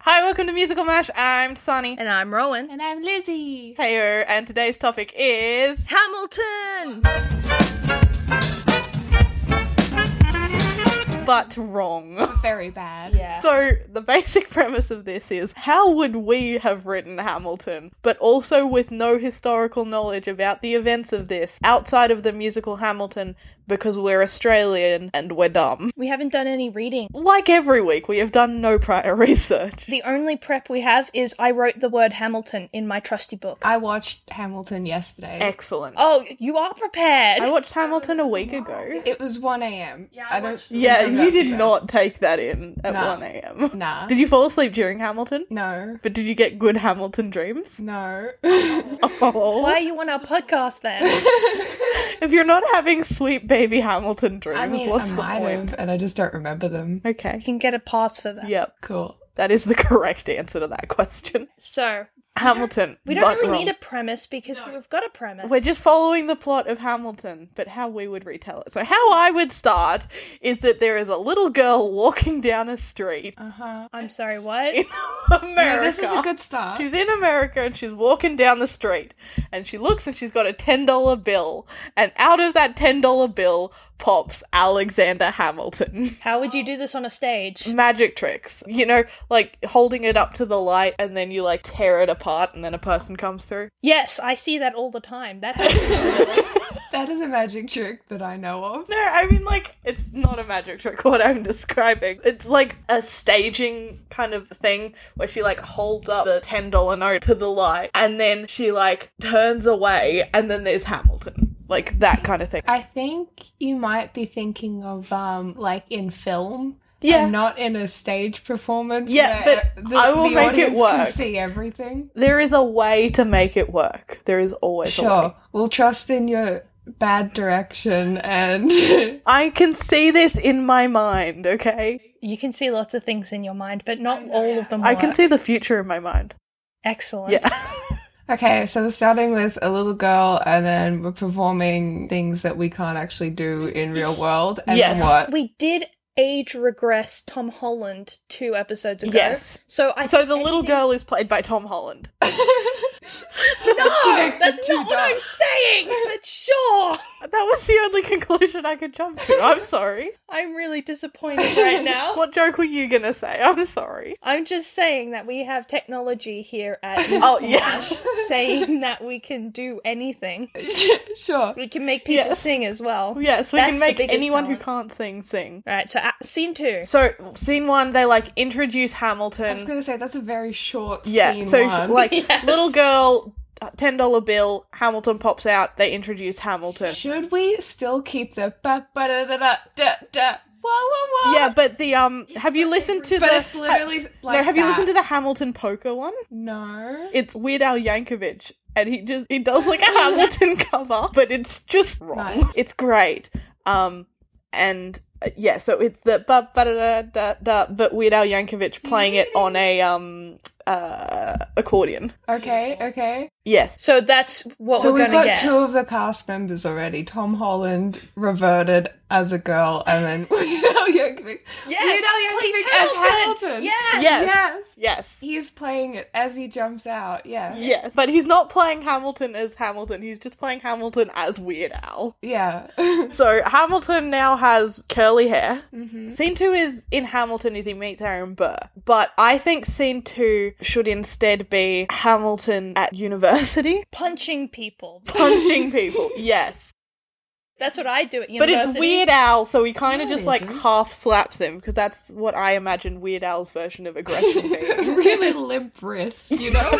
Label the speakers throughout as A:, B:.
A: Hi, welcome to Musical Mash. I'm Sonny.
B: And I'm Rowan.
C: And I'm Lizzie.
A: Hey, er, and today's topic is
B: Hamilton!
A: but wrong.
C: Very bad.
B: Yeah.
A: So, the basic premise of this is how would we have written Hamilton, but also with no historical knowledge about the events of this outside of the musical Hamilton because we're Australian and we're dumb?
B: We haven't done any reading.
A: Like every week, we have done no prior research.
B: The only prep we have is I wrote the word Hamilton in my trusty book.
C: I watched Hamilton yesterday.
A: Excellent.
B: oh, you are prepared!
A: I watched Hamilton a week ago.
C: It was 1 a.m. Yeah, I, don't.
A: Eh. Yeah,
C: think
A: you
C: that's
A: did
C: bad.
A: not take that in at
C: Nah.
A: 1 a.m.
C: Nah.
A: Did you fall asleep during Hamilton?
C: No.
A: But did you get good Hamilton dreams?
C: No.
A: Oh.
B: Why are you on our podcast then?
A: If you're not having sweet baby Hamilton dreams,
C: I mean, um,
A: what's
C: I
A: the
C: might
A: point?
C: have, and I just don't remember them.
B: you
A: Okay.
B: can get a pass for that.
A: Yep.
C: Cool.
A: That is the correct answer to that question.
B: So,
A: Hamilton.
B: we don't
A: but
B: really
A: wrong.
B: need a premise because we've got a premise.
A: We're just following the plot of Hamilton, but how we would retell it. So, how I would start is that there is a little girl walking down a street
C: Uh huh.
B: I'm sorry, what?
A: in America.
C: Yeah, this is a good start.
A: She's in America and she's walking down the street and she looks and she's got a $10 bill and out of that $10 bill pops Alexander Hamilton.
B: How would you do this on a stage?
A: Magic tricks. You know, like holding it up to the light and then you like tear it apart and then a person comes through.
B: Yes, I see that all the time. That happens.
C: That is a magic trick that I know of.
A: No, I mean like it's not a magic trick what I'm describing. It's like a staging kind of thing where she like holds up the $10 note to the light and then she like turns away and then there's Hamilton. Like that kind of thing.
C: I think you might be thinking of um like in film.
A: Yeah.
C: and not in a stage performance.
A: Yeah,
C: where
A: but I will make it
C: audience Can
A: work.
C: see everything.
A: There is a way to make it work. There is always a way.
C: Sure, we'll trust in your bad direction and
A: I can see this in my mind, okay?
B: you can see lots of things in your mind, but not all of them.
A: I can
B: work.
A: see the future in my mind.
B: Excellent.
A: Yeah.
C: Okay, so we're starting with a little girl, and then we're performing things that we can't actually do in real world. And
A: Yes.
C: then what?
B: We did age regress Tom Holland two episodes ago.
A: Yes.
B: So I
A: so the little
B: anything-
A: girl is played by Tom Holland.
B: No,
C: Connect the
B: that's
C: two
B: not what I'm
C: dots.
B: saying. But sure,
A: That was the only conclusion I could jump to. I'm sorry.
B: I'm really disappointed right now.
A: What joke were you gonna say? I'm sorry.
B: I'm just saying that we have technology here at
A: Oh yeah.
B: saying that we can do anything.
C: sure.
B: We can make people
A: Yes.
B: sing as well.
A: Yes, we
B: That's
A: can
B: the
A: make
B: biggest
A: anyone
B: talent.
A: who can't sing sing.
B: Right, so uh, scene two.
A: So scene one, they like introduce
C: I was
A: Hamilton.
C: gonna say that's a very short
A: Yeah,
C: scene.
A: so
C: one.
A: like
B: Yes.
A: little girl, uh, ten dollar bill. Hamilton pops out. They introduce Hamilton.
C: should we still keep the ba ba da da da da da? Whoa whoa whoa!
A: Yeah, but the um, have you listened to
C: but
A: the?
C: it's literally like
A: no, have you listened to
C: that.
A: the Hamilton poker one?
C: No.
A: It's Weird Al Yankovic, and he just he does like a Hamilton cover, but it's just wrong.
C: Nice.
A: It's great. Um, and uh, yeah, so it's the ba ba da da da, da but Weird Al Yankovic playing it on a um uh, accordion.
C: Okay, okay.
A: Yes.
B: So that's what
C: so
B: we're
C: we've
B: going to
C: got
B: get.
C: two of the cast members already. Tom Holland reverted as a girl, and then Weird Al Yankovic.
B: Yes,
C: Weird Al
B: please,
C: Yankovic as
B: Hamilton.
C: Hamilton.
B: Yes.
A: Yes.
C: yes.
A: Yes.
C: He's playing it as he jumps out. Yes.
A: Yes. But he's not playing Hamilton as Hamilton. He's just playing Hamilton as Weird Al.
C: Yeah.
A: So Hamilton now has curly hair. Scene two is in Hamilton as he meets Aaron Burr. But I think scene two should instead be Hamilton at university
B: Punching people.
A: punching people. Yes.
B: That's what I do at
A: But
B: university.
A: it's Weird Al, so he kind of
C: No,
A: just
C: it
A: like
C: isn't.
A: half slaps him because that's what I imagine Weird Al's version of aggression being.
C: really limp wrists, you know?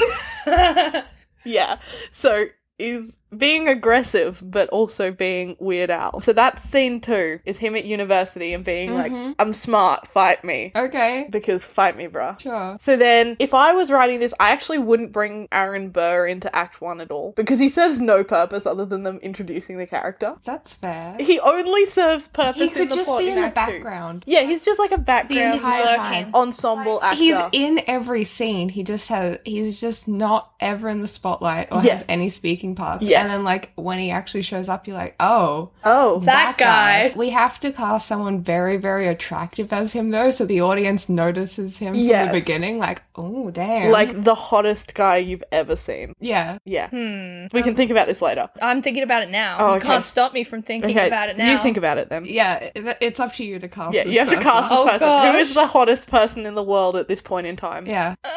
A: yeah. So is being aggressive but also being Weird Al. So that's scene two is him at university and being like, I'm smart, fight me.
C: okay.
A: Because fight me, bruh.
C: Sure.
A: So then, if I was writing this, I actually wouldn't bring Aaron Burr into Act 1 at all because he serves no purpose other than them introducing the character.
C: That's fair.
A: He only serves purpose
C: He
A: in
C: could
A: the
C: just
A: plot
C: be in the
A: Act 2.
C: background.
A: Yeah, he's just like a
C: The
A: background
C: entire
B: lurking.
C: time.
A: ensemble actor.
C: He's in every scene. He just has he's just not ever in the spotlight or
A: Yes.
C: has any speaking parts.
A: Yes.
C: And then like when he actually shows up, you're like, oh,
A: oh,
B: That guy.
C: We have to cast someone very, very attractive as him though, so the audience notices him from
A: Yes.
C: the beginning. Like, oh damn,
A: like the hottest guy you've ever seen.
C: yeah.
A: Yeah,
B: Hmm.
A: we can think about this later.
B: I'm thinking about it now.
A: Oh,
B: you
A: okay.
B: can't stop me from thinking
A: okay,
B: about it now.
A: you think about it then.
C: Yeah, it- it's up to you to cast.
A: Yeah,
C: this
A: you have to
C: person.
A: cast this
B: Oh,
A: person. Who is
B: gosh.
A: the hottest person in the world at this point in time?
C: Yeah.
B: Uh,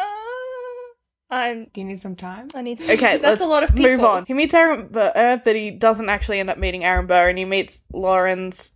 B: I'm.
C: Do you need some time?
B: I need. To,
A: Okay,
B: that's
A: let's
B: a lot of people.
A: Move on. He meets Aaron Burr, but he doesn't actually end up meeting Aaron Burr, and he meets Lawrence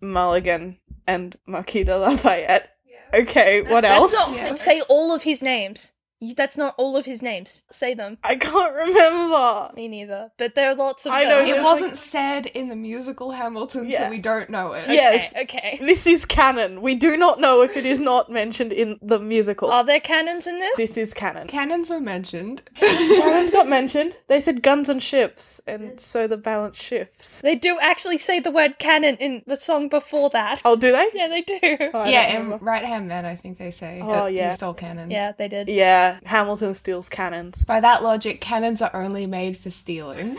A: Mulligan and Marquita Lafayette. Okay, what else?
B: That's not,
C: Yes.
B: Say all of his names. You, that's not all of his names. Say them.
A: I can't remember.
B: Me neither. But there are lots of
A: I know,
B: them.
A: It
C: It
A: was
C: wasn't
A: like-
C: said in the musical Hamilton,
A: Yeah.
C: so we don't know it.
B: Okay,
A: Yes.
B: Okay.
A: This is canon. We do not know if it is not mentioned in the musical.
B: Are there cannons in this?
A: this is canon.
C: Cannons were mentioned.
A: Cannons got mentioned. They said guns and ships, and so the balance shifts.
B: They do actually say the word cannon in the song before that.
A: Oh, do they?
B: Yeah, they do.
A: Oh, I don't
C: yeah, and
A: remember.
C: Right Hand Man, I think they say.
A: Oh,
C: that
A: yeah.
C: He stole cannons.
B: Yeah, they did.
A: yeah. Hamilton steals cannons.
C: By that logic, cannons are only made for stealing.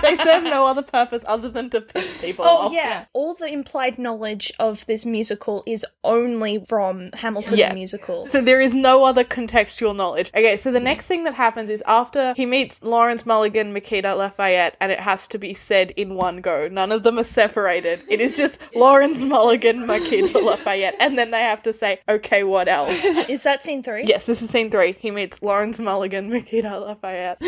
A: they serve no other purpose other than to piss people
B: Oh
A: off.
B: yeah. All the implied knowledge of this musical is only from Hamilton
A: Yeah.
B: the musical.
A: So there is no other contextual knowledge. Okay, so the next thing that happens is after he meets Lawrence Mulligan, Makita Lafayette, and it has to be said in one go. None of them are separated. It is just Lawrence Mulligan, Makita Lafayette, and then they have to say, okay, what else?
B: Is that scene three?
A: Yes, this is scene three. He meets Lawrence Mulligan, Makita Lafayette,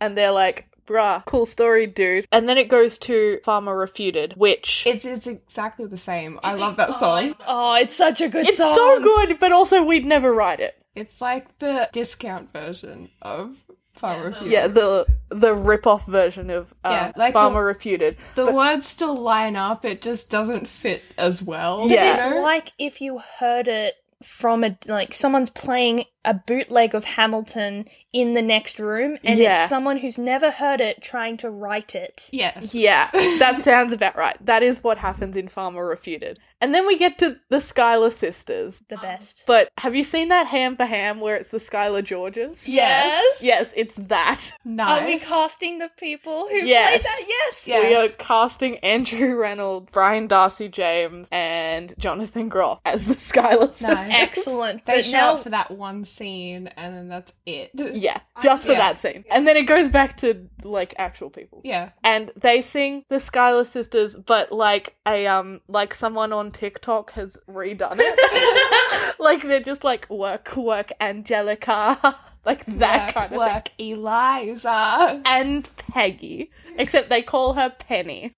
A: and they're like, bruh, cool story, dude. And then it goes to Farmer Refuted, which
C: it's it's exactly the same. I love that song.
B: Oh, it's such a good
A: it's
B: song.
A: so good, but also we'd never write it.
C: It's like the discount version of Far Refuted.
A: Yeah, the the rip-off version of um,
C: Yeah, like
A: Farmer
C: the-
A: Refuted.
C: The words still line up, it just doesn't fit as well.
A: But Yeah.
B: It's like if you heard it from a like someone's playing a bootleg of Hamilton in the next room and
A: Yeah.
B: it's someone who's never heard it trying to write it.
C: yes.
A: Yeah, that sounds about right. That is what happens in Farmer Refuted. And then we get to the Skylar sisters.
B: The best.
A: But have you seen that ham for ham where it's the Skylar Georges?
C: Yes.
A: Yes, it's that.
C: Nice.
B: Are we casting the people who
A: Yes.
B: played that? Yes.
C: Yeah.
A: We are
C: Yes.
A: casting Andrew Reynolds, Brian Darcy James, and Jonathan Groff as the Skylar sisters.
C: Nice.
B: Excellent.
C: They
B: but
C: show
B: now
C: up for that one scene, and then that's it.
A: Yeah, just for
C: Yeah.
A: that scene. And then it goes back to like actual people.
C: Yeah.
A: and they sing the Skylar Sisters, but like a um like someone on TikTok has redone it. like they're just like work, work, Angelica, like that
C: work,
A: kind of thing.
C: work, Eliza.
A: And Peggy, except they call her Penny.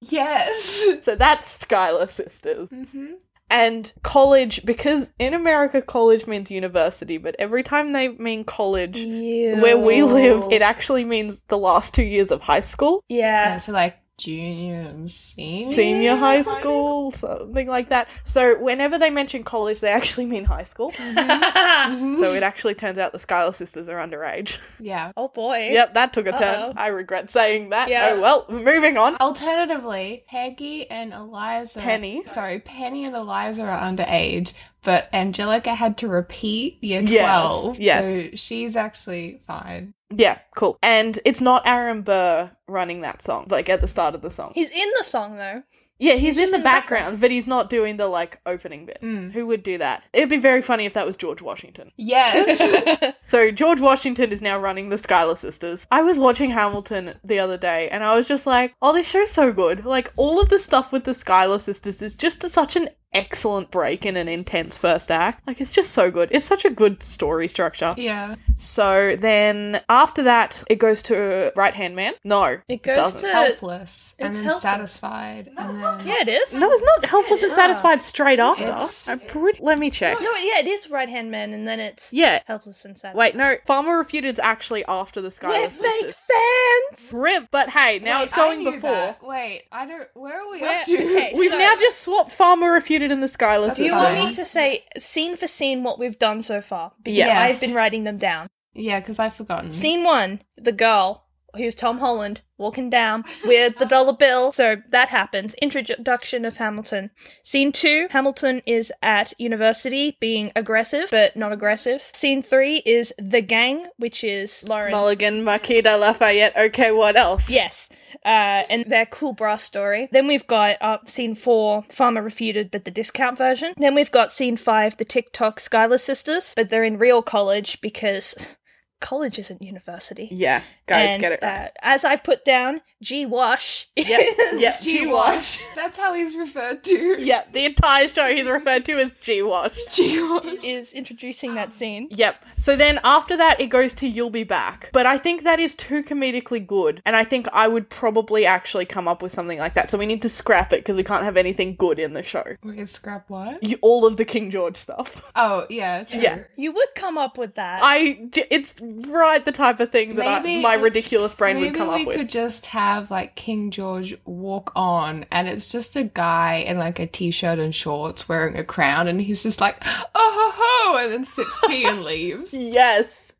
C: Yes.
A: So that's Skylar Sisters.
C: Mm-hmm.
A: And college, because in America, college means university, but every time they mean college where we live, it actually means the last two years of high school.
C: Yeah,
B: Yeah.
C: so like junior and senior.
A: senior
C: or
A: high
C: something?
A: school, something like that. So whenever they mention college, they actually mean high school.
C: Mhm.
A: so it actually turns out the Skylar sisters are underage.
C: Yeah.
B: oh boy.
A: yep, that took a
B: Uh-oh.
A: turn. I regret saying that.
B: Yeah.
A: Oh well, moving on.
C: Alternatively, Peggy and Eliza.
A: Penny.
C: Sorry, Penny and Eliza are underage, But Angelica had to repeat year
A: Yes,
C: 12.
A: yes.
C: So she's actually fine.
A: Yeah, cool. And it's not Aaron Burr running that song, like at the start of the song.
B: He's in the song though.
A: yeah, he's, in
B: just
A: the
B: in the
A: background,
B: background.
A: but he's not doing the like opening bit.
C: Mm.
A: Who would do that? It'd be very funny if that was George Washington.
C: Yes.
A: So George Washington is now running the Schuyler sisters. I was watching Hamilton the other day and I was just like, oh, this show's so good. Like, all of the stuff with the Schuyler sisters is just such an excellent break in an intense first act. Like, it's just so good. It's such a good story structure.
C: yeah.
A: So then after that, it goes to Right Hand Man. No.
B: It goes
A: Doesn't.
B: to
C: Helpless. and
B: it's
C: then
B: helpless.
C: satisfied. and then
B: yeah, it is.
A: No, it's not helpless and
B: Yeah.
A: satisfied straight after.
C: It's-
A: I'm pretty- Let me check.
B: No, yeah, it is right hand man, and then it's
A: Yeah.
B: helpless and sad.
A: Wait, no. Farmer Refuted's actually after the Schuyler
B: Let's make
A: sisters.
B: sense.
A: Rip, but hey, now
C: Wait,
A: it's
C: I
A: going
C: knew
A: before.
C: that. Wait, I don't. Where are we
B: Where-
C: up to?
B: okay.
A: We've
B: So-
A: now just swapped Farmer Refuted and the Skylar
C: That's
B: Do you
A: Sisters.
B: want
C: fine.
B: me to say scene for scene what we've done so far? Because
A: Yes.
B: I've been writing them down.
C: Yeah, because I've forgotten.
B: Scene one, the girl who's Tom Holland walking down with the dollar bill. So that happens. Introduction of Hamilton. Scene two, Hamilton is at university being aggressive but not aggressive. Scene three is the gang, which is Lauren.
A: Mulligan, Marquita, Lafayette. Okay, what else?
B: Yes, uh, and their cool brass story. Then we've got uh, scene four, Farmer refuted, but the discount version. Then we've got scene five, the TikTok Skylar sisters, but they're in real college because college isn't university.
A: Yeah, guys,
B: And,
A: get it right.
B: uh, as I've put down, G Wash.
A: Yep, yep,
C: G
A: G-Wash.
C: Wash. That's how he's referred to.
A: Yep, the entire show he's referred to as G-Wash.
C: G Wash.
B: Is introducing that scene.
A: Yep. So then after that, it goes to You'll Be Back. But I think that is too comedically good. And I think I would probably actually come up with something like that. So we need to scrap it because we can't have anything good in the show.
C: We could scrap what?
A: You, all of the King George stuff.
C: Oh, yeah. True.
A: Yeah.
B: You would come up with that.
A: I, j- it's right the type of thing that I,
C: Maybe
A: my
C: we-
A: ridiculous brain
C: Maybe
A: would come
C: we
A: up with.
C: could just have like King George walk on, and it's just a guy in like a t-shirt and shorts wearing a crown, and he's just like, oh ho ho, and then sips tea and leaves.
A: Yes.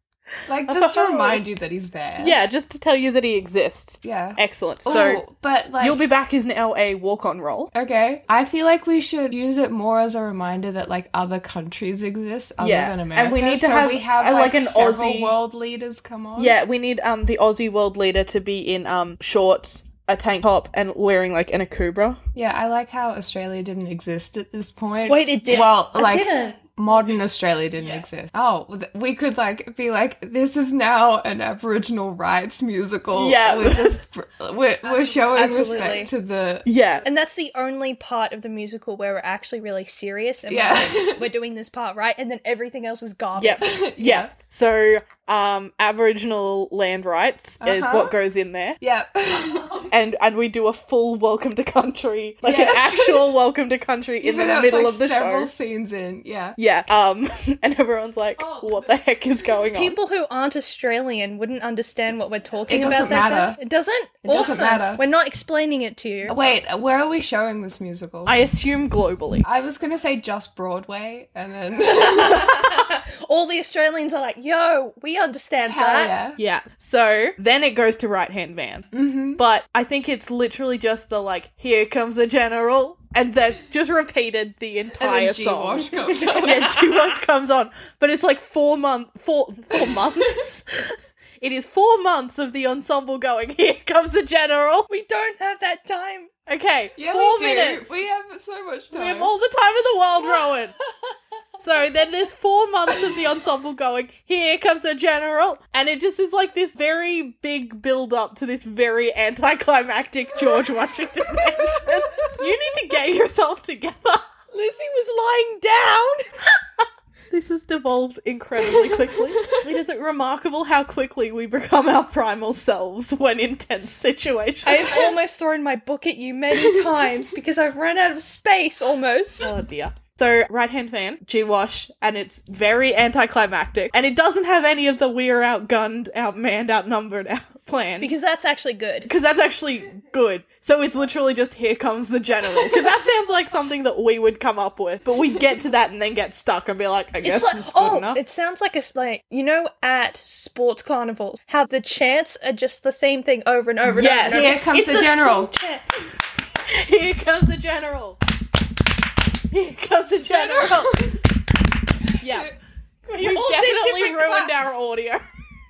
C: Like just to remind you that he's there.
A: Yeah, just to tell you that he exists.
C: Yeah.
A: Excellent. So
C: Ooh, but like
A: you'll be back is now a walk on role.
C: Okay. I feel like we should use it more as a reminder that like other countries exist other
A: Yeah,
C: than
A: and we
C: America.
A: need to
C: so
A: have,
C: we have
A: uh, like,
C: like,
A: an
C: several
A: Aussie-
C: world leaders come on.
A: Yeah, we need um the Aussie world leader to be in um shorts, a tank top, and wearing like an akubra.
C: Yeah, I like how Australia didn't exist at this point.
B: Wait, it did.
C: Well,
B: It
C: like
B: didn't.
C: modern Australia didn't exist. Oh, well, th- we could like be like this is now an Aboriginal rights musical.
A: Yeah.
C: We're just br- we're, we're showing
B: Absolutely.
C: respect to the
A: Yeah.
B: And that's the only part of the musical where we're actually really serious and
C: Yeah.
B: we're, like, we're doing this part right, and then everything else is garbage.
A: Yep. yeah. So um Aboriginal land rights is
C: Uh-huh.
A: what goes in there.
C: Yeah.
A: And and we do a full welcome to country, like
C: Yes.
A: an actual welcome to country in
C: Even though
A: the
C: it's,
A: middle
C: like,
A: of the
C: several
A: show.
C: scenes in. Yeah.
A: Yeah. Um and everyone's like, what the heck is going on?
B: People who aren't Australian wouldn't understand what we're talking
C: It
B: about.
C: doesn't
B: that
C: matter.
B: bad. It doesn't.
C: It doesn't
B: Awesome.
C: matter.
B: We're not explaining it to you.
C: Wait, where are we showing this musical?
A: I assume globally.
C: I was gonna say just Broadway, and then
B: All the Australians are like, "Yo, we understand
C: hell
B: that."
C: yeah,
A: Yeah. So then it goes to right hand man.
C: hmm
A: But I think it's literally just the like, here comes the general, and that's just repeated the entire song. yeah, G Watch comes on. But it's like four month four four months. it is four months of the ensemble going, here comes the general.
B: We don't have that time.
A: Okay,
C: yeah,
A: four
C: we do.
A: minutes.
C: We have so much time.
A: We have all the time in the world, Rowan. So then there's four months of the ensemble going, here comes a general, and it just is like this very big build up to this very anticlimactic George Washington entrance. You need to get yourself together.
B: Lizzie was lying down.
A: This has devolved incredibly quickly. it is remarkable how quickly we become our primal selves when in tense situations.
B: I have almost thrown my book at you many times because I've run out of space almost.
A: Oh dear. So, Right Hand Man, G Wash, and it's very anticlimactic. And it doesn't have any of the we're outgunned, outmanned, outnumbered out plan.
B: Because that's actually good.
A: Because that's actually good. So it's literally just here comes the general. Because that sounds like something that we would come up with. But we get to that and then get stuck and be like, I guess
B: It's like,
A: this is good
B: oh,
A: enough.
B: it sounds like a like you know at sports carnivals how the chants are just the same thing over and over and
A: Yes.
B: over. And over.
C: Here comes
B: It's
C: the
B: a
C: general.
B: chant.
A: Here comes the general. Here comes the general.
B: Yeah.
A: You've
B: all did
A: definitely
B: different
A: ruined
B: claps.
A: our audio.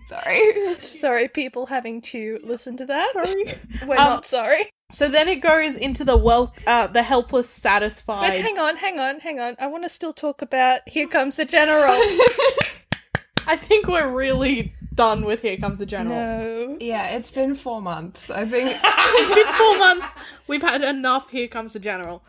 C: Sorry.
B: Sorry, people having to listen to that.
A: Sorry.
B: We're
A: Um,
B: not sorry.
A: So then it goes into the well, uh, the helpless,
B: But
A: satisfied.
B: hang on, hang on, hang on. I want to still talk about Here Comes the General.
A: I think we're really done with Here Comes the General.
B: no.
C: Yeah, it's been four months. I think
A: it's been four months. We've had enough. Here comes the general.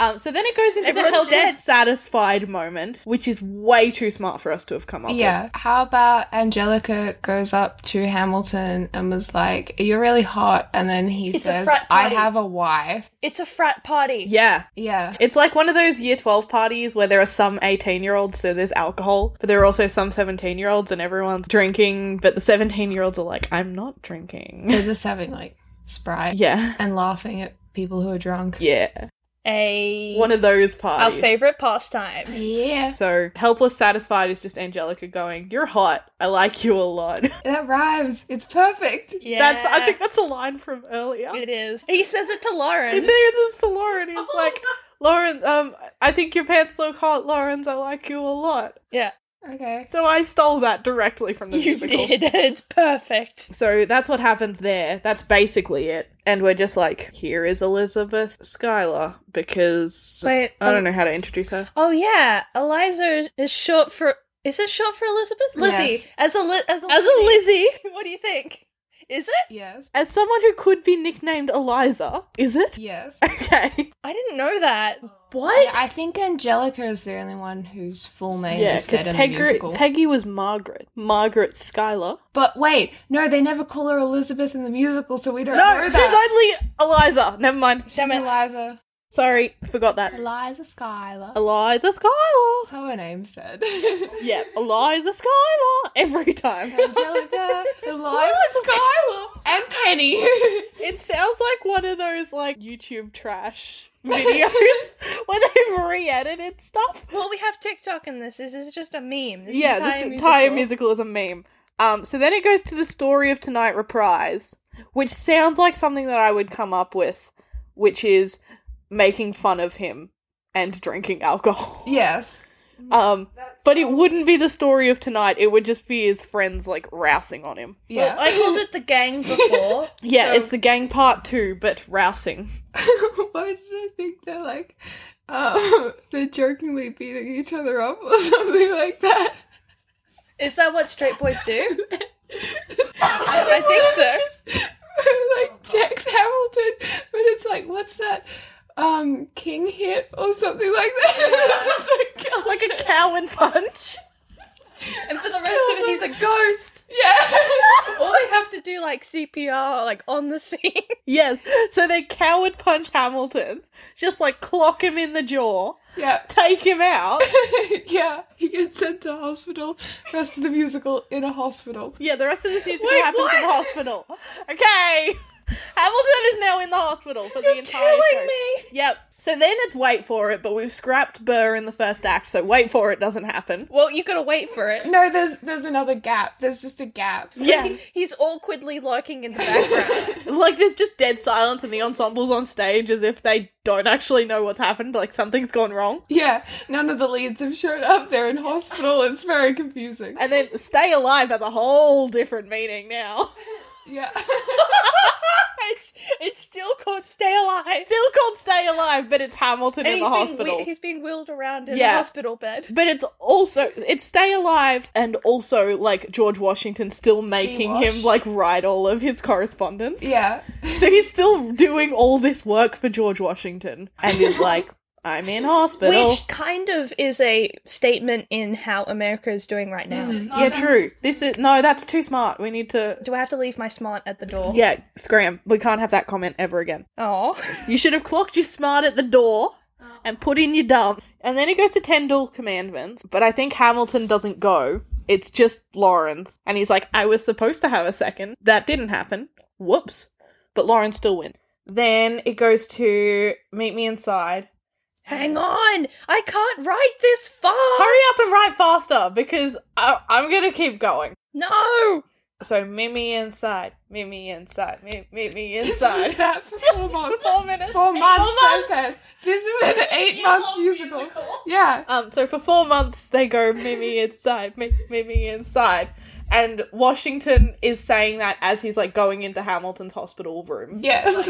A: Um, so then it goes into
B: Everyone's
A: the helpless,
B: dead.
A: satisfied moment, which is way too smart for us to have come up with.
C: Yeah. How about Angelica goes up to Hamilton and was like, You're really hot and then he
B: It's a
C: says,
B: frat
C: I
B: party.
C: have a wife.
B: It's a frat party.
A: Yeah.
C: Yeah.
A: It's like one of those year 12 parties where there are some 18 year olds, so there's alcohol, but there are also some 17 year olds and everyone's drinking, but the 17 year olds are like, I'm not drinking.
C: They're just having like Sprite
A: yeah.
C: and laughing at people who are drunk.
A: Yeah.
B: A
A: One of those
B: our
A: parties.
B: favorite pastime.
C: Yeah.
A: so helpless, satisfied is just Angelica going, You're hot. I like you a lot.
C: That rhymes. It's perfect.
B: Yeah.
A: That's I think that's a line from earlier.
B: it is. He says it to Lauren.
A: He says this to Lauren. He's
B: Oh my
A: like, Lauren, um, I think your pants look hot, Laurens. I like you a lot.
B: yeah.
C: Okay.
A: So I stole that directly from the
B: You
A: musical.
B: did. It's perfect.
A: So that's what happens there. That's basically it. And we're just like, here is Elizabeth Schuyler because
B: Wait,
A: I don't
B: um,
A: know how to introduce her.
B: Oh yeah, Eliza is short for. Is it short for Elizabeth? Lizzie.
C: Yes.
B: As a li- as a
A: As a
B: Lizzie.
A: Lizzie,
B: What do you think? Is it?
C: Yes.
A: as someone who could be nicknamed Eliza, is it?
C: Yes.
A: Okay.
B: I didn't know that. What?
C: Yeah, I think Angelica is the only one whose full name
A: Yeah,
C: is
A: because
C: said in the musical.
A: Peggy was Margaret. Margaret Schuyler.
C: but wait, no, they never call her Elizabeth in the musical, so we don't
A: No,
C: know
A: she's
C: that.
A: only Eliza. Never mind.
C: she's Eliza.
A: Sorry, forgot that.
C: Eliza Schuyler.
A: Eliza Schuyler.
C: That's how her name said.
A: Yep, Eliza Schuyler. Every time.
C: Angelica, Eliza
A: Schuyler.
C: and Penny.
A: It sounds like one of those like YouTube trash videos where they've re-edited stuff.
B: Well, we have TikTok in this. This is just a meme. This
A: yeah,
B: entire
A: this entire
B: musical.
A: musical is a meme. Um, so then it goes to the story of tonight reprise, which sounds like something that I would come up with, which is making fun of him and drinking alcohol.
C: yes.
A: Um, but it wouldn't be the story of tonight. It would just be his friends like rousing on him.
C: Yeah.
B: Well, I called it the gang before.
A: Yeah,
B: so-
A: it's the gang part two, but rousing.
C: Why did I think they're like, um, they're jokingly beating each other up or something like that?
B: Is that what straight boys do? I think so.
A: Oh,
C: like Jax Hamilton, but it's like, what's that? Um, King hit or something like that. Just like,
A: Like a cow and punch.
B: And for the rest of it, he's a ghost.
C: yeah.
B: All they have to do, like CPR, like on the scene.
A: Yes. So they coward punch Hamilton. Just like clock him in the jaw,
C: yeah.
A: take him out.
C: yeah, he gets sent to hospital. Rest of the musical in a hospital.
A: Yeah, the rest of this musical
B: Wait,
A: happens in the
B: what?
A: hospital. Okay. Hamilton is now in the hospital for the entire show.
B: Killing me.
A: Yep. So then it's wait for it, but we've scrapped Burr in the first act, so wait for it doesn't happen.
B: Well, you gotta wait for it.
C: No, there's there's another gap. There's just a gap.
A: Yeah.
B: He's awkwardly lurking in the background.
A: like there's just dead silence and the ensemble's on stage as if they don't actually know what's happened, like something's gone wrong.
C: Yeah, none of the leads have showed up. They're in hospital. It's very confusing.
A: And then stay alive has a whole different meaning now.
C: Yeah.
B: it's, it's still called Stay Alive.
A: Still called stay alive, but it's Hamilton
B: And
A: in
B: he's
A: the
B: being,
A: hospital.
B: whe- he's being wheeled around in
A: Yeah.
B: a hospital bed.
A: but it's also it's stay alive and also like George Washington still making
C: G-Wash.
A: him like write all of his correspondence.
C: yeah.
A: So he's still doing all this work for George Washington and is like, I'm in hospital.
B: Which kind of is a statement in how America is doing right now.
A: yeah, true. This is no, that's too smart. We need to
B: Do I have to leave my smart at the door?
A: Yeah, scram. We can't have that comment ever again.
B: Oh.
A: You should have clocked your smart at the door and put in your dumb. And then it goes to Tendall Commandments, but I think Hamilton doesn't go. It's just Lawrence. And he's like, I was supposed to have a second. That didn't happen. Whoops. But Lawrence still wins. Then it goes to Meet Me Inside.
B: Hang on. I can't write this far.
A: Hurry up and write faster because I- I'm going to keep going.
B: No.
A: So meet me inside, meet me inside, meet, meet me
C: That's
A: inside.
C: that's four months.
A: Four minutes.
C: Four months, so
A: months.
C: says. This is an eight month musical. Yeah.
A: Um, so for four months they go Mimi inside, Mi- Mimi inside, and Washington is saying that as he's like going into Hamilton's hospital room.
C: Yes.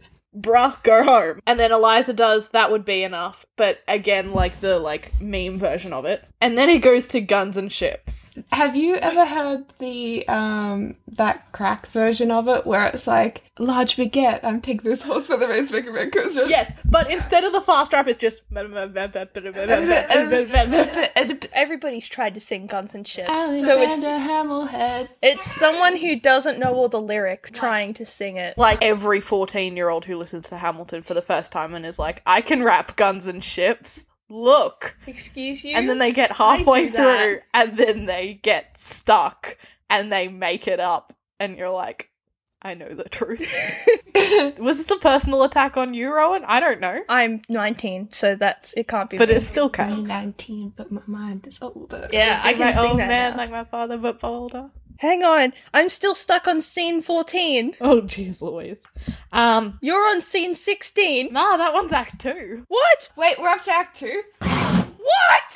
A: Bruh, go home. And then Eliza does that would be enough, but again like the like meme version of it. And then he goes to guns and ships.
C: Have you ever heard the um that crack version of it where it's like large baguette? I'm taking this horse by the reins, make a red coaster.
A: Yes, but instead of the fast rap, it's just.
B: Everybody's tried to sing Guns and Ships, so
C: Alexander
B: it's
C: Hamilhead.
B: it's someone who doesn't know all the lyrics trying to sing it.
A: Like every 14 year old who listens to Hamilton for the first time and is like, I can rap guns and ships. Look.
B: Excuse you.
A: and then they get
B: I do
A: halfway
B: that.
A: through and then they get stuck and they make it up and you're like i know the truth was this a personal attack on you rowan i don't know
B: I'm 19, so that's it can't be.
A: but
B: me.
A: it's still
C: Only
A: counts
C: 19, but my mind is older.
B: yeah, I
A: like
B: can
A: my
B: sing
A: old
B: that.
A: man
B: now.
A: like my father but bolder
B: Hang on, I'm still stuck on scene 14.
A: oh jeez louise um
B: You're on scene 16.
A: nah that one's act two
B: What?
C: Wait, we're up to Act Two.
B: What?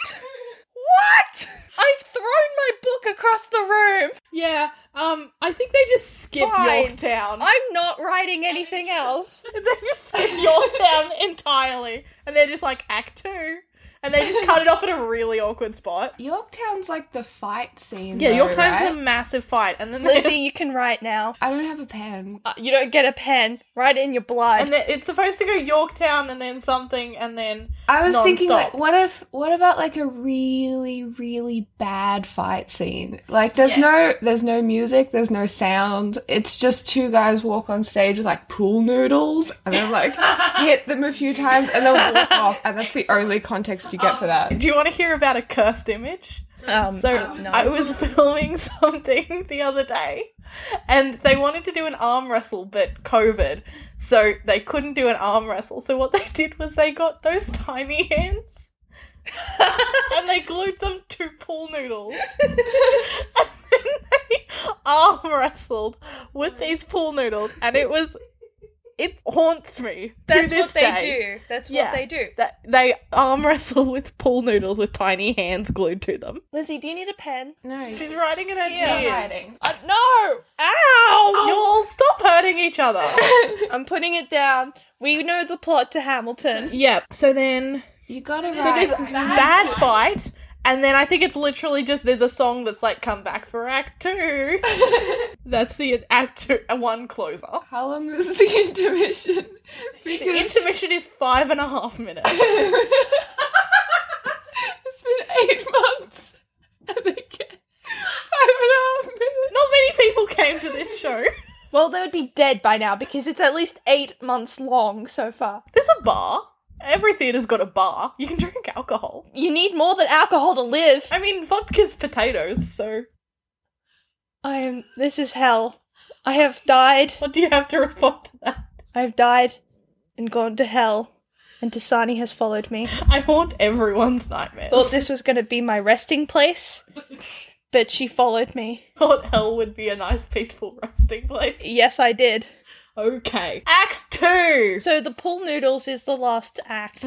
B: What? I've thrown my book across the room.
A: yeah um i think they just skip
B: Fine.
A: yorktown
B: I'm not writing anything else.
A: They just skip Yorktown entirely, and they're just like Act Two, and they just cut it off at a really awkward spot.
C: Yorktown's like the fight scene.
A: Yeah,
C: though,
A: Yorktown's
C: right?
A: a massive fight, and then they-
B: Lizzie, you can write now.
C: I don't have a pen.
B: Uh, you don't get a pen. Write it in your blood.
A: and then it's supposed to go Yorktown, and then something, and then
C: I was thinking,
A: Non-stop.
C: like, what if? What about like a really, really bad fight scene? Like, there's
A: Yes.
C: no, there's no music, there's no sound. It's just two guys walk on stage with like pool noodles, and then like hit them a few times, and then walk off. And that's the only context you get for that.
A: do you want to hear about a cursed image?
B: um,
A: So
B: uh, no.
A: I was filming something the other day, and they wanted to do an arm wrestle, but COVID, so they couldn't do an arm wrestle. So what they did was they got those tiny hands, and they glued them to pool noodles, and then they arm wrestled with these pool noodles, and it was. It haunts me
B: That's
A: to
B: what
A: this
B: they
A: day
B: do. That's
A: Yeah.
B: what they do.
A: that they arm wrestle with pool noodles with tiny hands glued to them.
B: Lizzie, do you need a pen?
C: No,
A: She's writing in her
B: Yeah.
A: tears.
C: hiding.
B: Uh, no!
A: Ow! You'll stop hurting each other.
B: I'm putting it down. We know the plot to Hamilton.
A: yep. So then,
C: You gotta write.
A: so there's a
C: 'cause we-
A: bad fight, and then I think it's literally just there's a song that's like "Come Back for Act Two. that's the Act Two uh, one closer.
C: How long is the intermission?
A: The
C: Because
A: intermission is five and a half minutes.
C: it's been eight months, and they get five and a half minutes.
A: Not many people came to this show.
B: Well, they would be dead by now because it's at least eight months long so far.
A: There's a bar. Every theatre's got a bar. You can drink alcohol.
B: You need more than alcohol to live.
A: I mean, vodka's potatoes, so
B: I am. This is hell. I have died.
A: what do you have to respond to that?
B: I have died and gone to hell. And Dasani has followed me.
A: I haunt everyone's nightmares.
B: Thought this was going to be my resting place, but she followed me.
A: thought hell would be a nice, peaceful resting place.
B: Yes, I did.
A: Okay. Act two.
B: So the pool noodles is the last act.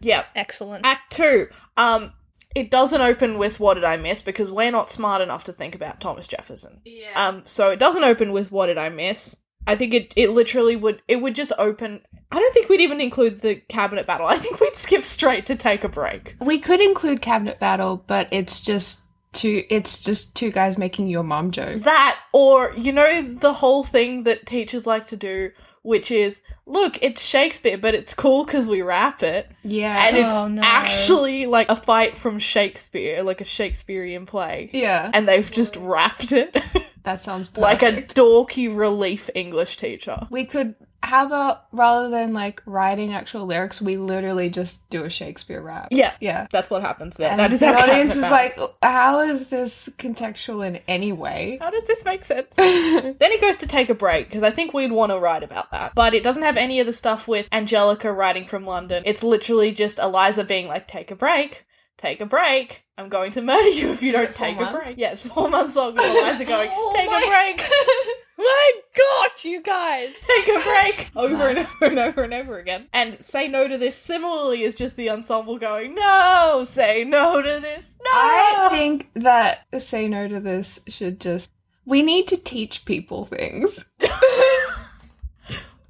A: Yep.
B: Excellent.
A: Act two. Um, it doesn't open with "What did I miss?" because we're not smart enough to think about Thomas Jefferson. Yeah. Um, so it doesn't open with "What did I miss?" I think it it literally would it would just open. I don't think we'd even include the cabinet battle. I think we'd skip straight to take a break.
C: We could include cabinet battle, but it's just two. It's just two guys making your mom joke.
A: That or you know the whole thing that teachers like to do. Which is, look, it's Shakespeare, but it's cool because we rap it.
C: Yeah,
A: and it's
B: Oh, no.
A: actually like a fight from Shakespeare, like a Shakespearean play.
C: yeah,
A: And they've just wrapped it
C: that sounds
A: like a
C: perfect.
A: dorky relief English teacher.
C: We could. How about rather than like writing actual lyrics, we literally just do a Shakespeare rap.
A: Yeah.
C: yeah.
A: That's what happens there.
C: And
A: that is
C: the
A: how it
C: audience is
A: happened.
C: like, how is this contextual in any way?
A: How does this make sense? then he goes to take a break because I think we'd want to write about that. But it doesn't have any of the stuff with Angelica writing from London. It's literally just Eliza being like, take a break, take a break. I'm going to murder you if you
C: Is
A: don't
C: it four
A: take
C: months?
A: a break. Yes, four months long. Four months are going,
B: Oh
A: take
B: my-
A: a break,
B: My god, you guys!
A: take a break, over and over and over and over again. And say no to this similarly is just the ensemble going, no, say no to this, no!
C: I think that the say no to this should just. We need to teach people things.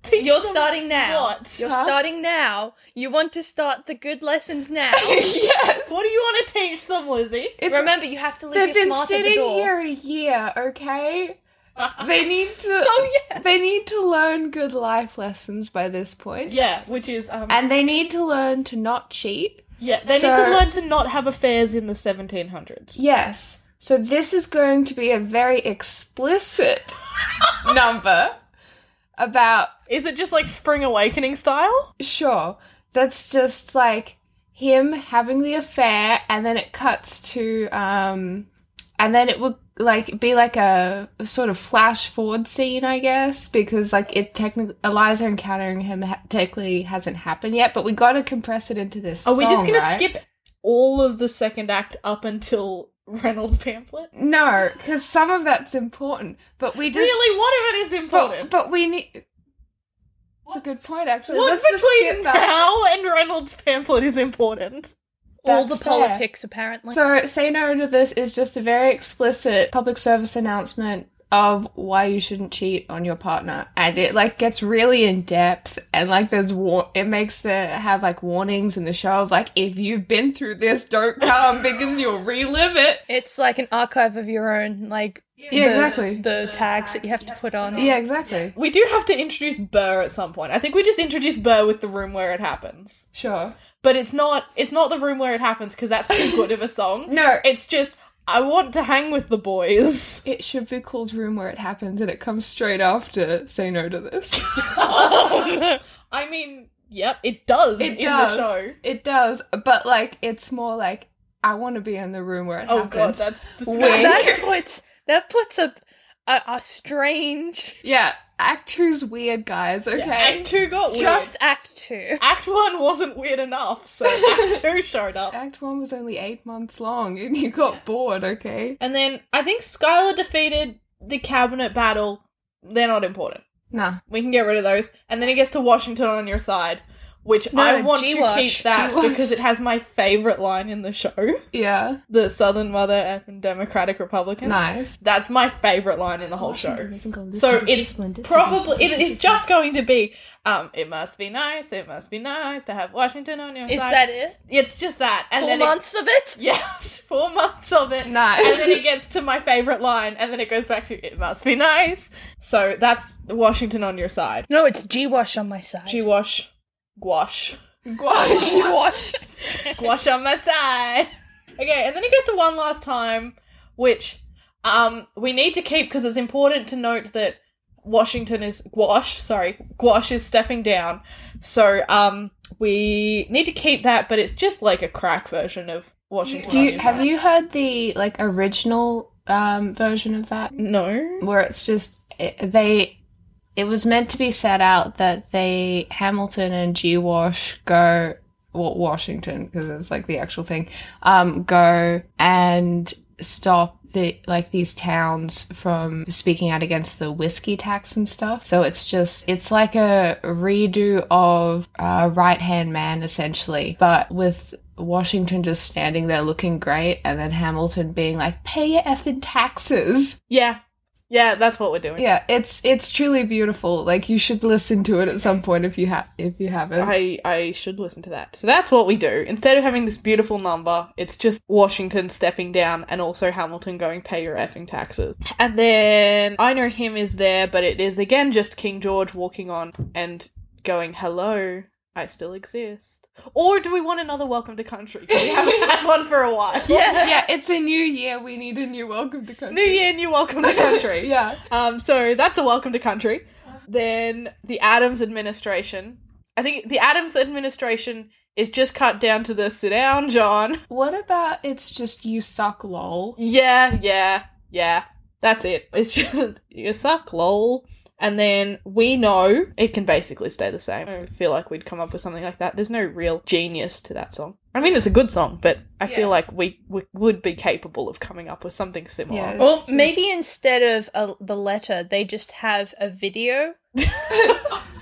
A: Teach
B: You're
A: them
B: starting now.
A: What?
B: You're
C: Huh?
B: starting now. You want to start the good lessons now.
C: yes.
A: What do you want to teach them, Lizzie?
C: It's,
B: Remember, you have to leave
C: they've
B: your
C: been
B: smart at the
C: sitting
B: door.
C: here a year, okay? They need to.
B: Oh yeah.
C: They need to learn good life lessons by this point.
A: Yeah, which is um,
C: And they need to learn to not cheat.
A: yeah, they need
C: so-
A: to learn to not have affairs in the 1700s.
C: Yes. So this is going to be a very explicit number about
A: Is it just like Spring Awakening style?
C: sure. That's just like him having the affair and then it cuts to um and then it would like be like a sort of flash forward scene, I guess, because like it technically Eliza encountering him ha- technically hasn't happened yet, but we got to compress it into this.
A: Are we just
C: song,
A: gonna
C: right?
A: skip all of the second act up until Reynolds' pamphlet?
C: No, because some of that's important, but we just
A: really, what if it is
C: But,
A: important?
C: but we need. That's a good point, actually.
A: what
C: Let's just
A: between
C: skip that.
A: now and Reynolds' pamphlet is important?
B: All
C: That's
B: the
C: fair.
B: politics, apparently.
C: So, say no to this is just a very explicit public service announcement of why you shouldn't cheat on your partner, and it like gets really in depth, and like there's war. It makes the have like warnings in the show of like if you've been through this, don't come because you'll relive it.
B: it's like an archive of your own, like
C: Yeah,
B: the,
C: exactly.
B: the tags that you have to put on.
C: yeah, exactly.
A: We do have to introduce Burr at some point. I think we just introduce Burr with the room where it happens.
C: Sure.
A: But it's not it's not the room where it happens because that's too good of a song.
C: No, it,
A: It's just I want to hang with the boys.
C: it should be called Room Where It Happens, and it comes straight after Say No to This.
A: I mean, yep, it does
C: it
A: in
C: does.
A: the show.
C: It does, but like it's more like I want to be in the room where it
A: Oh god,
C: happens.
A: that's
C: Wink.
A: disgusting.
B: that puts that puts a a, a strange.
C: yeah, act two's weird, guys. Okay,
A: Act two got weird.
B: Just Act Two.
A: Act one wasn't weird enough, so Act two showed up.
C: Act one was only eight months long, and you got bored. Okay,
A: And then I think Skylar defeated the cabinet battle. They're not important.
C: nah.
A: We can get rid of those. And then it gets to Washington on your side, which
B: No,
A: I want to
B: G-Wash.
A: keep that
C: G-Wash.
A: because it has my favorite line in the show:
C: Yeah,
A: the Southern Mother and Democratic Republicans.
C: nice.
A: That's my favorite line in the
B: Oh,
A: whole show. So
C: So
A: it's probably it is just going to be. Um, it must be nice. It must be nice to have Washington on your
B: Is
A: side.
B: that it?
A: It's just that, and
B: Four
A: then it-
B: months of it?
A: yes, four months of it.
C: Nice.
A: And then it gets to my favorite line, and then it goes back to it must be nice. So that's Washington on your side.
B: No, it's G Wash on my side.
A: She wash, gouache,
C: Gosh, you watch.
A: gouache on my side. Okay, and then it goes to one last time, which um we need to keep because it's important to note that Washington is gouache. Sorry, gouache is stepping down. So um we need to keep that, but it's just like a crack version of Washington.
C: Do
A: on
C: you
A: your
C: have
A: side.
C: you heard the like original um version of that?
A: No.
C: where it's just it, they it was meant to be set out that they Hamilton and G Wash go well, Washington because it's like the actual thing um go and stop the like these towns from speaking out against the whiskey tax and stuff so it's just it's like a redo of uh, right hand man essentially but with washington just standing there looking great and then hamilton being like pay your effing taxes
A: Yeah. Yeah, that's what we're doing.
C: yeah, it's it's truly beautiful. Like you should listen to it at some point if you have if you haven't.
A: I, I should listen to that. So that's what we do. Instead of having this beautiful number, it's just Washington stepping down and also Hamilton going, pay your effing taxes. And then I Know Him is there, but it is again just King George walking on and going, hello, I still exist. Or do we want another Welcome to Country? 'Cause We haven't had one for a while.
B: Yeah.
C: yeah, it's a new year. We need a new welcome to country.
A: New Year, new Welcome to Country.
C: Yeah,
A: Um, so that's a welcome to country. Then the Adams administration. I think the Adams administration is just cut down to the sit down, John.
C: What about it's just you suck, lol?
A: Yeah, yeah, yeah. That's it. It's just you suck, lol. And then we know it can basically stay the same. I feel like we'd come up with something like that. There's no real genius to that song. I mean, it's a good song, but I
C: Yeah.
A: feel like we, we would be capable of coming up with something similar.
C: Yeah.
B: Well,
C: It's-
B: maybe instead of a, the letter, they just have a video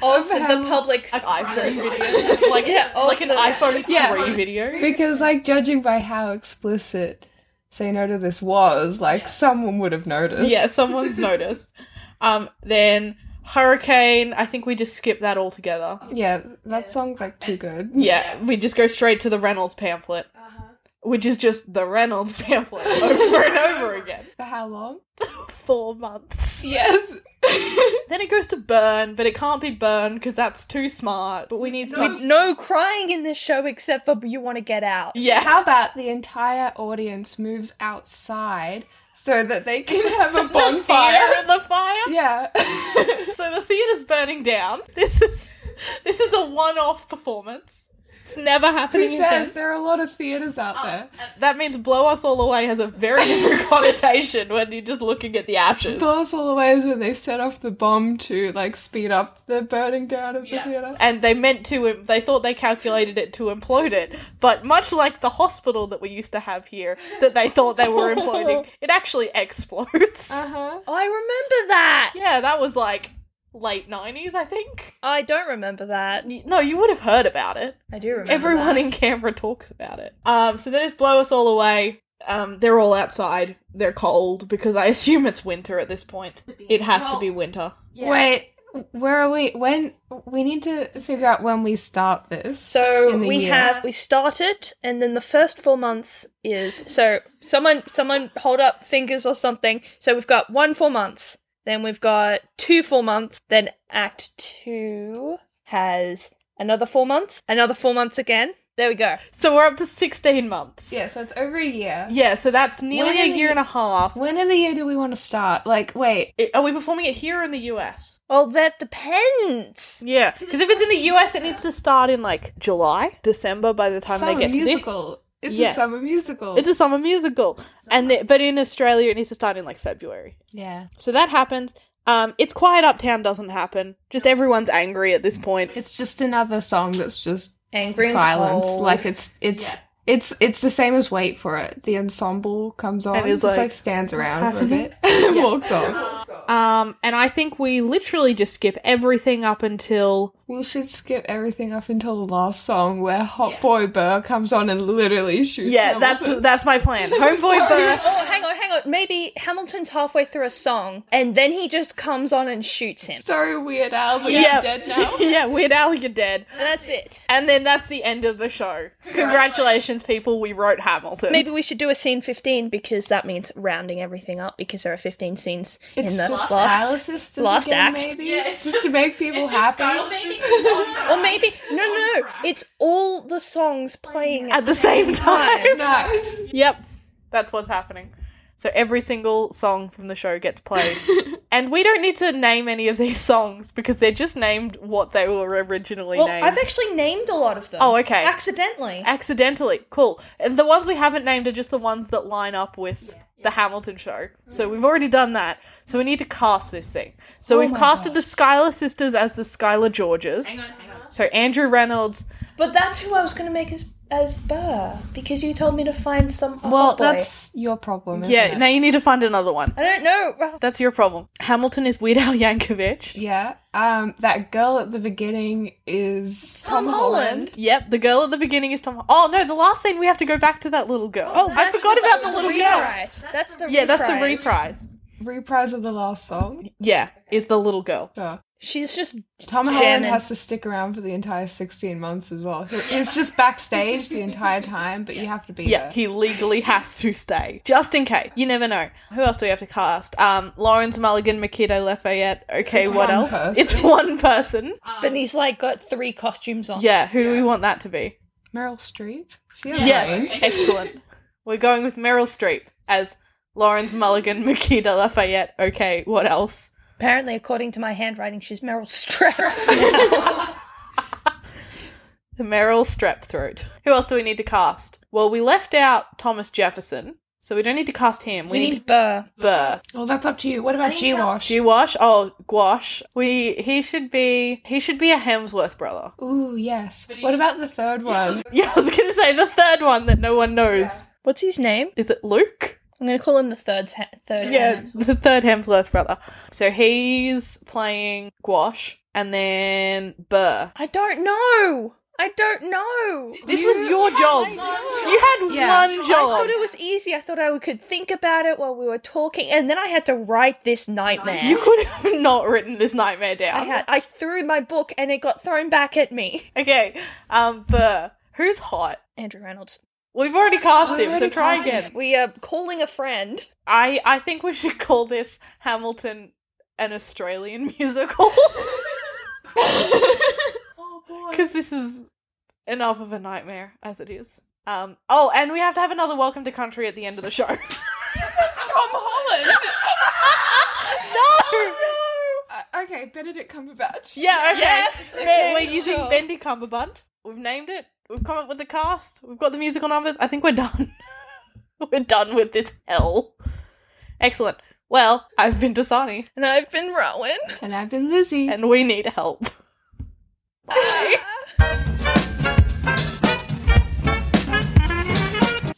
B: of the
C: Hamilton.
B: public.
A: An iPhone video, like
B: Yeah, of
A: like an
B: the-
A: iPhone
C: Yeah.
A: three video.
C: Because, like, judging by how explicit Say No to This was, like, someone would have noticed.
A: Yeah, someone's noticed. Um, then Hurricane. I think we just skip that altogether.
C: Yeah, that song's, like, too good.
A: Yeah, we just go straight to the Reynolds pamphlet,
C: Uh-huh.
A: which is just the Reynolds pamphlet over and over again.
C: For how long?
A: Four months.
C: Yes.
A: Then it goes to Burn, but it can't be Burn because that's too smart. But we need
B: With
A: some.
B: no crying in this show except for you want to get out.
A: Yeah.
C: How about the entire audience moves outside so that they can have a bonfire?
A: Fear in the fire.
C: Yeah.
A: So the theater's burning down. This is this is a one-off performance. It's never
C: Who
A: happening
C: says
A: again.
C: there are a lot of theaters out
A: Oh,
C: there?
A: That means blow us all away has a very different connotation when you're just looking at the ashes.
C: Blow us all away is when they set off the bomb to like speed up the burning down of the theater.
A: And they meant to. They thought they calculated it to implode it, but much like the hospital that we used to have here, that they thought they were imploding, it actually explodes.
C: Uh huh.
B: Oh, I remember that.
A: Yeah, that was like late '90s, I think.
B: I don't remember that.
A: Y- No, you would have heard about it.
B: I do remember.
A: Everyone
B: that.
A: in Canberra talks about it. Um, so they just blow us all away. Um, they're all outside. They're cold because I assume it's winter at this point. It has to be winter.
B: Yeah.
C: Wait, where are we? When we need to figure out when we start this.
B: So
C: in the
B: we
C: year.
B: have we start it, and then the first four months is so someone someone hold up fingers or something. So we've got one four months, then we've got two four months, then Act Two has another four months, another four months again. There we go.
A: So we're up to 16 months.
C: yeah, so it's over a year.
A: Yeah, so that's nearly
C: When
A: a
C: in the
A: year and a half.
C: When in the year do we want to start? Like, wait,
A: It- are we performing it here or in the US?
B: Well, that depends.
A: Yeah, because if it's in the US, it needs to start in like July, December by the time
C: summer
A: they get to this.
C: musical. It's
A: Yeah.
C: a summer musical.
A: It's a summer musical, and the, but in Australia, it needs to start in like February.
C: yeah.
A: So that happens. Um, it's quiet uptown doesn't happen. Just everyone's angry at this point.
C: It's just another song that's just
B: Angry and
C: silence.
B: cold.
C: Like it's it's it's it's the same as wait for it. The ensemble comes on,
A: And is
C: just like,
A: like,
C: stands around for a
A: happening?
C: bit, and walks on.
A: Um, and I think we literally just skip everything up until
C: we should skip everything up until the last song where Hot Boy Burr comes on and literally shoots.
A: yeah. That's
C: Hamilton.
A: that's my plan. Homeboy
B: Oh,
A: Burr.
B: hang on, hang on. Maybe Hamilton's halfway through a song, and then he just comes on and shoots him.
C: sorry, Weird Al, we're
A: Yeah.
C: dead now.
A: yeah, Weird Al, you're dead.
B: And that's it.
A: And then that's the end of the show. Congratulations, people. We wrote Hamilton.
B: Maybe we should do a scene 15 because that means rounding everything up because there are 15 scenes
C: It's
B: in the
C: just
B: last.
C: Alice Sisters
B: last
C: again,
B: act.
C: maybe, just to make people happy.
B: Or maybe. No, no, no. It's all the songs playing
A: at the same time.
C: Nice.
A: yep, that's what's happening. So every single song from the show gets played, and we don't need to name any of these songs because they're just named what they were originally
B: Well,
A: named.
B: I've actually named a lot of them.
A: Oh, okay.
B: Accidentally.
A: Accidentally. Cool. And the ones we haven't named are just the ones that line up with the Hamilton show.
B: Mm.
A: So we've already done that. So we need to cast this thing.
B: Oh
A: So we've casted the Skylar sisters as the Skylar Georges. So Andrew Reynolds.
B: but that's who I was going to make as, as Burr because you told me to find some. a
C: Well,
B: hot boy.
C: that's your problem. Isn't
A: yeah,
C: it?
A: now you need to find another one.
B: I don't know.
A: That's your problem. Hamilton is Weird Al Yankovic.
C: Yeah. Um, that girl at the beginning is
B: Tom Holland.
A: Yep, the girl at the beginning is Tom. Oh no, the last scene we have to go back to that little girl. Oh, I forgot about the little girl.
B: Reprise. That's the
A: Yeah, that's the
B: reprise.
A: reprise.
C: Reprise of the last song.
A: Yeah, is the little girl.
C: Sure.
B: She's just
C: Tom Holland
B: Shannon.
C: has to stick around for the entire 16 months as well. He's just backstage the entire time, but you have to be
A: Yeah,
C: there.
A: he legally has to stay. Just in case. You never know. Who else do we have to cast? Um, Lawrence Mulligan, Makito Lafayette. Okay,
C: It's
A: what
C: one
A: else?
C: person.
A: It's one person.
B: but he's like got three costumes on.
A: Um, yeah, who do we want that to be?
C: Meryl Streep? She has
A: Yes,
C: range.
A: excellent. We're going with Meryl Streep as Lawrence Mulligan, Makita Lafayette. Okay, what else?
B: Apparently, according to my handwriting, she's Meryl Streep.
A: The Meryl Strep throat. Who else do we need to cast? Well, we left out Thomas Jefferson. So we don't need to cast him. We,
B: We
A: need
B: need Burr.
A: Burr.
C: Well, that's up to you. What about G Wash?
A: G Wash? Oh, Gwash. We he should be he should be a Hemsworth brother.
C: Ooh, yes. What about the third one?
A: Yeah, I was gonna say the third one that no one knows.
B: What's his name?
A: Is it Luke?
B: I'm going to call him the third. Se- third
A: Yeah, the third Hemsworth brother. So he's playing Gwash and then Burr.
B: I don't know. I don't know.
A: This was your job. You had
C: Yeah.
A: one
B: I
A: job.
B: thought it was easy. I thought I could think about it while we were talking, and then I had to write this nightmare.
A: You could have not written this nightmare down.
B: I had. I threw my book, and it got thrown back at me.
A: Okay, um, Burr. Who's hot?
B: Andrew Reynolds.
A: We've already cast
C: We've
A: him,
C: already
A: so try
C: cast him.
A: again.
B: We are calling a friend.
A: I I think we should call this Hamilton an Australian musical. Oh, Because this is enough of a nightmare as it is. Um, oh, and we have to have another welcome to country at the end of the show. this is Tom Holland. no.
C: Uh, okay, Benedict Cumberbatch.
A: Yeah. Okay. Ben- we're using
B: sure.
A: Bendy Cumberbunt. We've named it. We've come up with the cast. We've got the musical numbers. I think we're done. we're done with this hell. Excellent. Well, I've been Dasani,
B: And I've been Rowan.
C: And I've been Lizzie.
A: and we need help.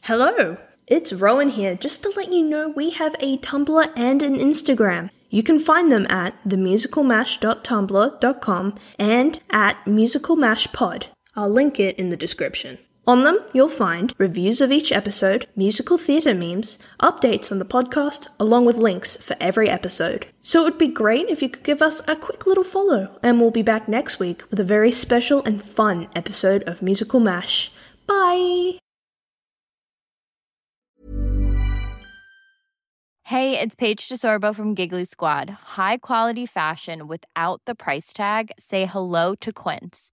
B: Hello, it's Rowan here, just to let you know we have a Tumblr and an Instagram. You can find them at themusicalmash.tumblr.com and at musicalmashpod. I'll link it in the description. On them, you'll find reviews of each episode, musical theatre memes, updates on the podcast, along with links for every episode. So it would be great if you could give us a quick little follow, and we'll be back next week with a very special and fun episode of Musical Mash. Bye!
D: Hey, it's Paige DeSorbo from Giggly Squad. High quality fashion without the price tag. Say hello to Quince.